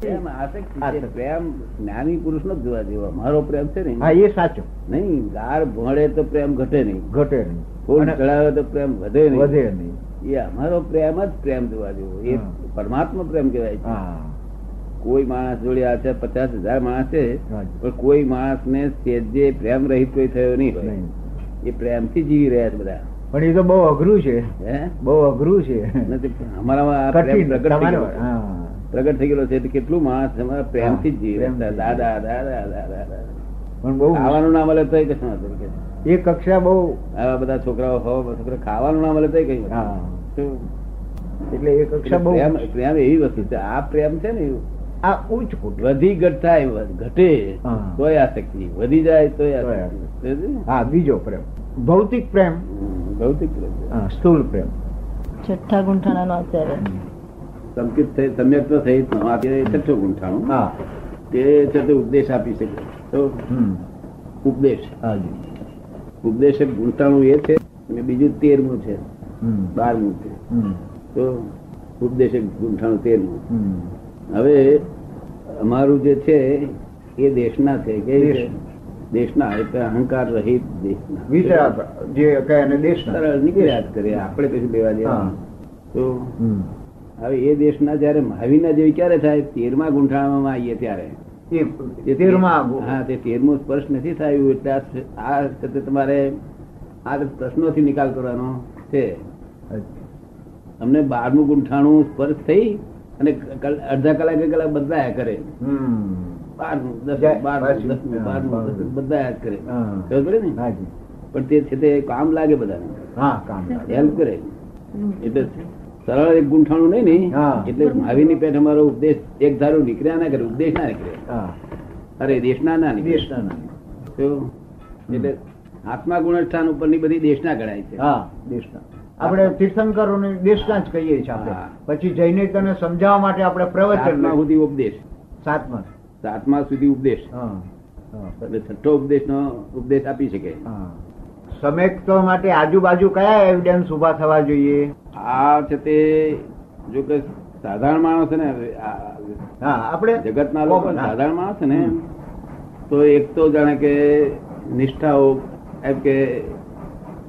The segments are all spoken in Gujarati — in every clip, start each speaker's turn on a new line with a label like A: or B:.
A: પ્રેમ આસક્તિ છે.
B: આસક્તિ.
A: પ્રેમ જ્ઞાની પુરુષ નો જ જોવા જેવો મારો પ્રેમ છે ને
B: હા એ સાચું
A: નહીં ગાળ ભણે તો પ્રેમ ઘટે નહીં
B: ઘટે નહીં
A: ફૂલ
B: અને
A: ચડાવે તો પ્રેમ વધે નહીં
B: વધે નહીં
A: એ અમારો પ્રેમ જ પ્રેમ જોવા જેવો એ
B: હા.
A: પરમાત્મા પ્રેમ કહેવાય છે
B: હા
A: કોઈ માણસ જોડે આ છે પચાસ હજાર માણસ છે
B: હા.
A: પણ કોઈ માણસ ને સેજે પ્રેમ રહિત કોઈ થયો નહીં હોય
B: નહીં.
A: એ પ્રેમથી જીવી રહ્યા છે બધા
B: પણ એ તો બહુ અઘરું છે
A: હે
B: બહુ અઘરું છે
A: નથી અમારામાં આ પ્રેમ
B: કઠિન
A: પ્રગટ થઈ ગયો
B: તમારો
A: છે.
B: હા
A: પ્રગટ થઈ ગયેલો છે એટલે કેટલું માણસ અમારા પ્રેમથી જ જીવે
B: પ્રેમથી.
A: દાદા દાદા દાદા દાદા
B: પણ બહુ
A: ખાવાનું ના મળે તોય કશું નથી કે
B: એ કક્ષા બહુ
A: આવા બધા છોકરાઓ હો છોકરા ખાવાનું ના મળે તોય કઈ
B: હા એટલે એ કક્ષા બહુ
A: પ્રેમ પ્રેમ એવી વસ્તુ છે આ પ્રેમ છે ને એવું
B: આ ઉચ્ચ કુટ
A: વધી ઘટ થાય વધ- ઘટે
B: હા.
A: તોય આસક્તિ વધી જાય તોય
B: તોય
A: આસક્તિ સમજ્યું?
B: હા બીજો પ્રેમ ભૌતિક પ્રેમ
A: હમ, ભૌતિક પ્રેમ છે.
B: હા, સ્થૂળ પ્રેમ
C: છઠ્ઠા ગુંઠાણાનો અત્યારે
A: સંકિત થઈ સમ્યક તો થઈ જ ન. આ જે છઠ્ઠું ગુંઠાણું
B: હા
A: તે છતાં ઉપદેશ આપી શકે તો
B: હમ.
A: ઉપદેશ
B: હાજી.
A: ઉપદેશ એક ગુંઠાણું એ છે અને બીજું તેરમું છે
B: હમ.
A: બારમું છે
B: હમ.
A: તો ઉપદેશ એક ગુંઠાણું તેરમું
B: હમ.
A: હવે અમારું જે છે એ દેશના છે કે
B: દેશ.
A: દેશના એટલે અહંકાર રહિત દેશના
B: વિચાર જે કહે એને દેશના.
A: સરળ નીકળ્યા જ કરે આપણે કશું લેવા દેવા
B: હા.
A: નહીં. તો
B: હમ.
A: હવે એ દેશના જયારે મહાવીરના જેવી ક્યારે થાય તેરમા ગુંઠાણામાં આવીએ ત્યારે
B: એ
A: તે
B: તેરમાં
A: તેર- હા તે તેરમું સ્પર્શ નથી થયું એટલે આ- આ વખતે તમારે આ પ્રશ્નોથી નિકાલ કરવાનો છે અમને બારમું ગુંઠાણું સ્પર્શ થઈ અને કલ- અડધા કલાકે કલાક બદલાયા કરે
B: હમ.
A: બારમું દસ
B: જાય,
A: બારમું
B: પાછું.
A: દસમું
B: હા,
A: બારમું
B: બારમું.
A: દસમું બદલાયા જ કરે
B: હા.
A: ખબર પડે ને
B: હાજી.
A: પણ તે છે તે કામ લાગે બધાને
B: હા કામ લાગે.
A: હેલ્પ કરે એટલે સરળ એક ગુંઠાણું નહીં ને
B: હા.
A: એટલે મહાવીરની પેઠ અમારો ઉપદેશ એક ધારું નીકળ્યા ના કરે ઉપદેશ ના નીકળે
B: હા.
A: અરે દેશના ના નીકળે
B: દેશના નામ.
A: તો એટલે આત્મા ગુણસ્થાન ઉપરની બધી દેશના ગણાય છે
B: હા દેશના આપણે તીર્થંકરોને દેશના જ કહીએ છીએ આપણે
A: હા.
B: પછી જઈને તને સમજાવવા માટે આપણે પ્રવચન
A: સાતમા સુધી ઉપદેશ
B: સાતમા
A: સાતમા સુધી ઉપદેશ
B: હા. હા.
A: એટલે છઠ્ઠો ઉપદેશનો ઉપદેશ આપી શકે
B: હા. સમેક્ત માટે આજુબાજુ કયા એવિડન્સ ઉભા થવા જોઈએ
A: આ છે તે જો કે સાધારણ માણસ છે ને આ
B: હા આપણે
A: જગતના લોકો
B: Common, હા.
A: સાધારણ માણસ છે ને
B: હમ.
A: તો એક તો જાણે કે નિષ્ઠાઓ એમ કે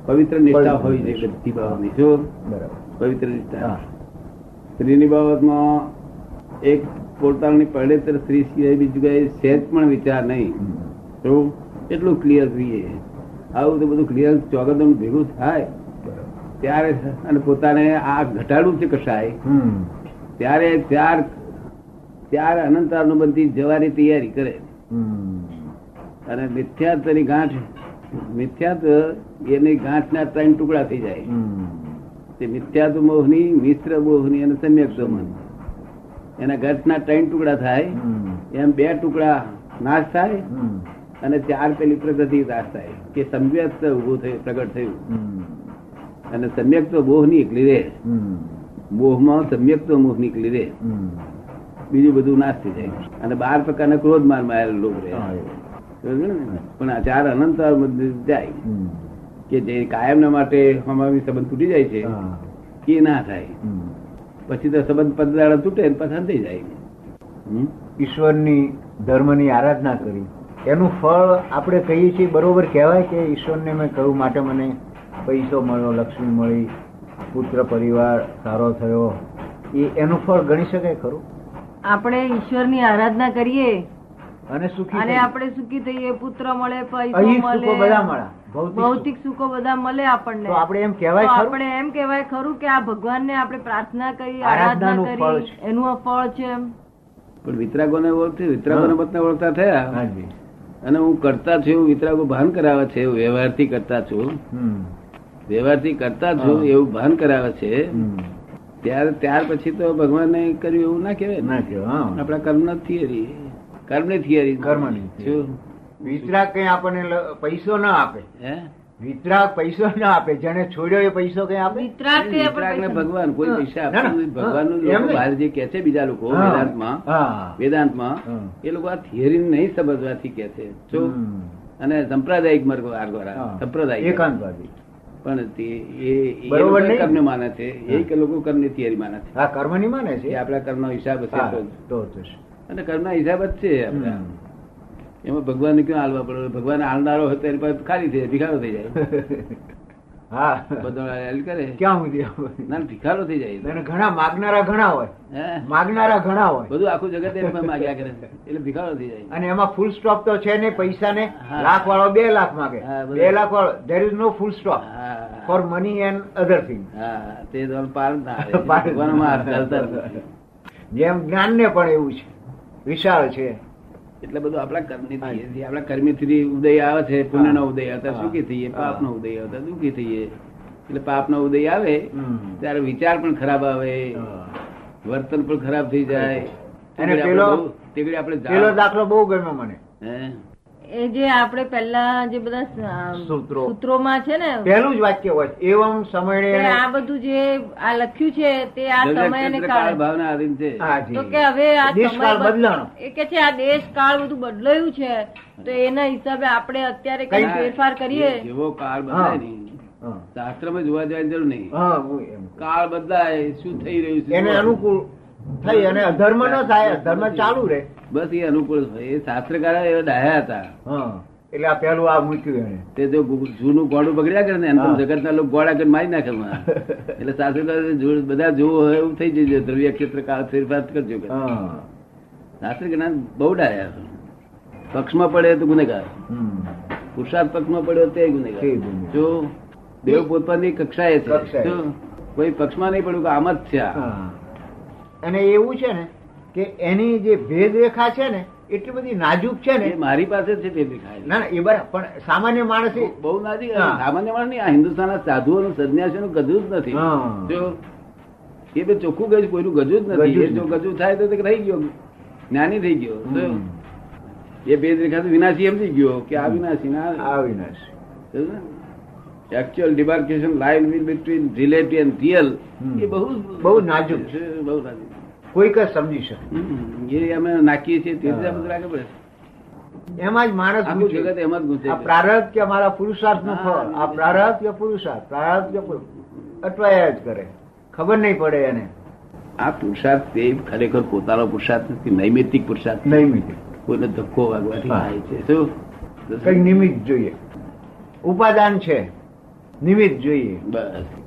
A: પવિત્ર નિષ્ઠા
B: પવિત્ર
A: હોવી જોઈએ
B: નિષ્ઠા.
A: બધી બાબતની જો
B: બરાબર
A: પવિત્ર નિષ્ઠા
B: હા.
A: સ્ત્રીની બાબતમાં એક પોતાની પડેતર સ્ત્રી સિવાય બીજું કઈ સહેજ પણ વિચાર નહીં
B: હમ.
A: તો એટલું ક્લિયર જોઈએ આવું તો બધું ક્લિયર ચોગદમ ભેગું થાય
B: બરાબર.
A: ત્યારે અને પોતાને આ ઘટાડવું છે કશાય
B: હમ.
A: ત્યારે ત્યાર ત્યાર અનંત અનુબંધી જવાની તૈયારી કરે
B: હમ.
A: અને મિથ્યાત્વની ગાંઠ મિથ્યાત્વ એની ગાંઠના ત્રણ ટુકડા થઈ જાય
B: હમ.
A: તે મિથ્યાત્વ મોહની મિશ્ર મોહની અને સમ્યક મોહની એના ગાંઠના ત્રણ ટુકડા થાય
B: હમ.
A: એમ બે ટુકડા નાશ થાય
B: હમ.
A: અને ચાર પેલી પ્રગતિ નાશ થાય કે સમ્યક્ત ઉભું થયું પ્રગટ થયું
B: હમ.
A: અને સમ્યક્ત મોહ નીકળી રહે
B: હમ.
A: મોહમાં સમ્યક્ત મોહ નીકળી રહે
B: હમ.
A: બીજું બધું નાશ થઈ જાય અને બાર પ્રકારના ક્રોધ માર માયેલા લોકો રહે
B: હા, એ.
A: સમજો ને? પણ આ ચાર અનંત અનુબંધી જાય
B: હમ.
A: કે જે કાયમના માટે હમામી સંબંધ તૂટી જાય છે
B: હા.
A: એ ના થાય
B: હમ.
A: પછી તો સંબંધ પદદાડા તૂટે ને પસાર થઈ જાય હમ?
B: ઈશ્વરની ધર્મની આરાધના કરી એનું ફળ આપણે કહીએ છીએ બરોબર કહેવાય કે ઈશ્વરને મેં કહ્યું માટે મને પૈસો મળ્યો લક્ષ્મી મળી પુત્ર પરિવાર સારો થયો એ એનું ફળ ગણી શકાય ખરું
D: આપણે ઈશ્વરની આરાધના કરીએ
B: અને સુખી
D: અને
B: થઈએ.
D: આપણે સુખી થઈએ પુત્ર મળે પૈસો
B: અહીં સુખો
D: મળે
B: બધા મળ્યા. ભૌતિક
D: ભૌતિક સુખો બધા મળે આપણને
B: તો આપણે એમ
D: તો
B: કહેવાય ખરું
D: આપણે એમ કહેવાય ખરું કે આ ભગવાનને આપણે પ્રાર્થના કરી
B: આરાધનાનું
D: આરાધના
B: ફળ
D: કરી એનું આ ફળ છે એમ
A: પણ વિતરાગોને ઓળખી વિતરાગોને
B: હા.
A: પોતાને ઓળખતા થયા
B: હાજી.
A: અને હું કરતા છું એવું વિતરાગો ભાન કરાવે છે એવું વ્યવહારથી કરતા છું
B: હમ.
A: વ્યવહારથી કરતા છું
B: હા.
A: એવું ભાન કરાવે છે
B: હમ.
A: ત્યાર ત્યાર પછી તો ભગવાને કર્યું એવું ના કહેવાય ને.
B: ના કહેવાય, હા.
A: આપણા કર્મ થિયરી કર્મની થિયરી
B: કર્મની theory.
A: શું
B: વિતરાગ કઈ આપણને લ- પૈસો ના આપે
A: હે
B: વિતરાગ પૈસો ના આપે જેને છોડ્યો એ પૈસો કઈ આપે
D: વિતરાગ કે
A: વિતરાગને ભગવાન કોઈ પૈસા
B: ના, ના.
A: આપતું નથી. ભગવાનનું
B: એમ
A: લોકો
B: નહીં.
A: બહાર જે કહે છે બીજા લોકો
B: હા.
A: વેદાંતમાં
B: હા.
A: વેદાંતમાં
B: હા.
A: એ લોકો આ થિયરી નહીં સમજવાથી કહે છે જો
B: હમ.
A: અને સંપ્રદાયિક માર્ગ માર્ગ વાળા
B: હા.
A: સંપ્રદાયિક
B: એકાંતવાદી
A: પણ તે એ- એ
B: બરોબર
A: લોકો
B: નહીં.
A: કર્મને માને છે એ
B: હા.
A: લોકો કર્મની થિયરી માને છે
B: હા કર્મ ની માને છે
A: એ આપણા કર્મનો હિસાબ હશે
B: હા,
A: તો જ.
B: તો થશે.
A: અને કર્મના હિસાબ જ છે આપણા. એમાં ભગવાનને ક્યાં હાલવા પડે ભગવાન હાલનારો હતો એની પાસે ખાલી થઈ જાય ભિખારો થઈ જાય
B: હા
A: બધો હેલ કરે
B: ક્યાં સુધી આવે?
A: ના ભિખારો થઈ જાય
B: અને ઘણા માગનારા ઘણા હોય
A: હે
B: માગનારા ઘણા હોય
A: બધું આખું જગત એને પણ માગ્યા કરે છે. એટલે ભિખારો થઈ જાય
B: અને એમાં ફૂલ સ્ટોપ તો છે નહીં પૈસા ને
A: હા.
B: લાખ વાળો બે લાખ માગે
A: હા, બધું.
B: બે લાખ વાળો there is no full stop
A: હા.
B: For money and other thing
A: હા તે તો પાર ના આવે. ભગવાનમાં હાથ ચાલતા જ નથી.
B: જેમ જ્ઞાન ને પણ એવું છે વિશાળ છે
A: એટલે બધું આપણા કર્મની થઈએ છીએ. આપણા કર્મથી ઉદય આવે છે પુણ્યનો ઉદય આવતા
B: હા.
A: સુખી થઈએ
B: હા.
A: પાપનો ઉદય આવતા દુઃખી થઈએ એટલે પાપનો ઉદય આવે ત્યારે વિચાર પણ ખરાબ આવે વર્તન પણ ખરાબ થઈ જાય
B: અને
A: તેગડી
B: પેલો-
A: આપણે બહુ- તેગડી આપણે
B: પેલો
A: જાણ-
B: દાખલો બહુ ગમ્યો મને
A: હે?
D: એ જે આપણે પહેલા જે બધા સ-
B: સૂત્રો.
D: સૂત્રોમાં છે ને
B: પહેલું જ વાક્ય હોય એવમ
D: તે
B: સમયે
D: આ બધું જે આ લખ્યું છે તે આ
A: જગત
D: સમય અને
A: ચંદ્ર કાળ
D: કાળ
A: ભાવના આધીન છે
B: હાજી.
D: તો કે હવે આ
B: દેશકાળ
D: સમય બદ-
B: બદલાણો
D: એ કે છે આ દેશ કાળ બધું બદલાયું છે તો એના હિસાબે આપણે અત્યારે કઈ
A: ના,
D: ફેરફાર
A: જે-
D: કરીએ
A: જેવો કાળ બદલાય
B: હા.
A: નહીં
B: હા.
A: શાસ્ત્રમાં જોવા જવાની જરૂર નહીં
B: હા, હું એમ.
A: કાળ બદલાય શું થઈ રહ્યું છે
B: એને
A: જોવાનું.
B: અનુકૂળ થઈ અને અધર્મ ન થાય અધર્મ ચાલુ રહે
A: બસ એ અનુકૂળ હોય. એ શાસ્ત્રકારો એવા ડાયા હતા
B: હા એટલે આ પહેલું આ મૂક્યું એને
A: તે જો ગુ- જૂનું ગોળું બગડ્યા કરે ને એને
B: હા.
A: તો જગતના લોકો ગોળા કરીને મારી નાખે એમાં. એટલે શાસ્ત્રકાર જો- બધા જોવું હોય એવું થઈ જજો ધ્રવ્ય ક્ષેત્ર કાળ ફેરફાર કરજો કે.
B: હા.
A: શાસ્ત્રકારના બહુ ડાયા હતા. પક્ષમાં પડે તો ગુનેગાર
B: હમ.
A: પુરુષાર્થ પક્ષમાં પડ્યો તે
B: તે
A: ગુનેગાર
B: ગુનેગાર.
A: જો દેવ પોતપોતાની કક્ષાએ છે
B: કક્ષાએ.
A: જો કોઈ પક્ષમાં નહીં પડ્યું કે આમ જ છે આ.
B: હા. અને એવું છે ને કે એની જે ભેદ રેખા છે ને એટલી બધી નાજુક છે ને
A: એ મારી પાસે છે તે દેખાય
B: ના ના, એ બરાબર પણ સામાન્ય માણસ એ-
A: બહુ નાજી
B: હા.
A: સામાન્ય માણસ નહીં, આ હિન્દુસ્તાનના સાધુઓનું સન્યાસીઓનું ગજું જ નથી
B: હા.
A: જો એ બે ચોખ્ખું ગયું કોઈનું ગજું જ નથી
B: ગજું જ
A: એ જો
B: નથી.
A: ગજું થાય તો તે રહી ગયો જ્ઞાની થઈ ગયો તો
B: હમ.
A: એ ભેદ રેખા તો વિનાશી સમજી ગયો કે આ
B: હમ.
A: વિનાશી ના
B: આ વિનાશ
A: actual demarcation line between relative and real
B: hmm.
A: એ બહુ
B: બહુ નાજુક
A: છે, બહુ નાજુક
B: કોઈક જ સમજી શકે
A: હમ. એ અમે નાખીએ છીએ તે
B: હા.
A: બધું રાખે પડે
B: એમાં જ માણસ
A: આખું
B: ગુજરે.
A: જગત એમાં જ ગુંચે
B: આ પ્રારબ્ધ કે અમારા પુરુષાર્થ નું ફળ
A: હા.
B: આ પ્રારબ્ધ કે પુરુષાર્થ પ્રારબ્ધ કે પુરુષ અટવાયા જ કરે ખબર નહીં પડે એને
A: આ પુરુષાર્થ તે ખરેખર પોતાનો પુરુષાર્થ નથી નૈમિતિક પુરુષાર્થ
B: નહીં મીઠી
A: કોઈને ધક્કો વાગવાથી
B: હા.
A: થાય છે શું
B: કઈ નિમિત્ત જોઈએ ઉપાદાન છે નિમિત્ત જોઈએ
A: બસ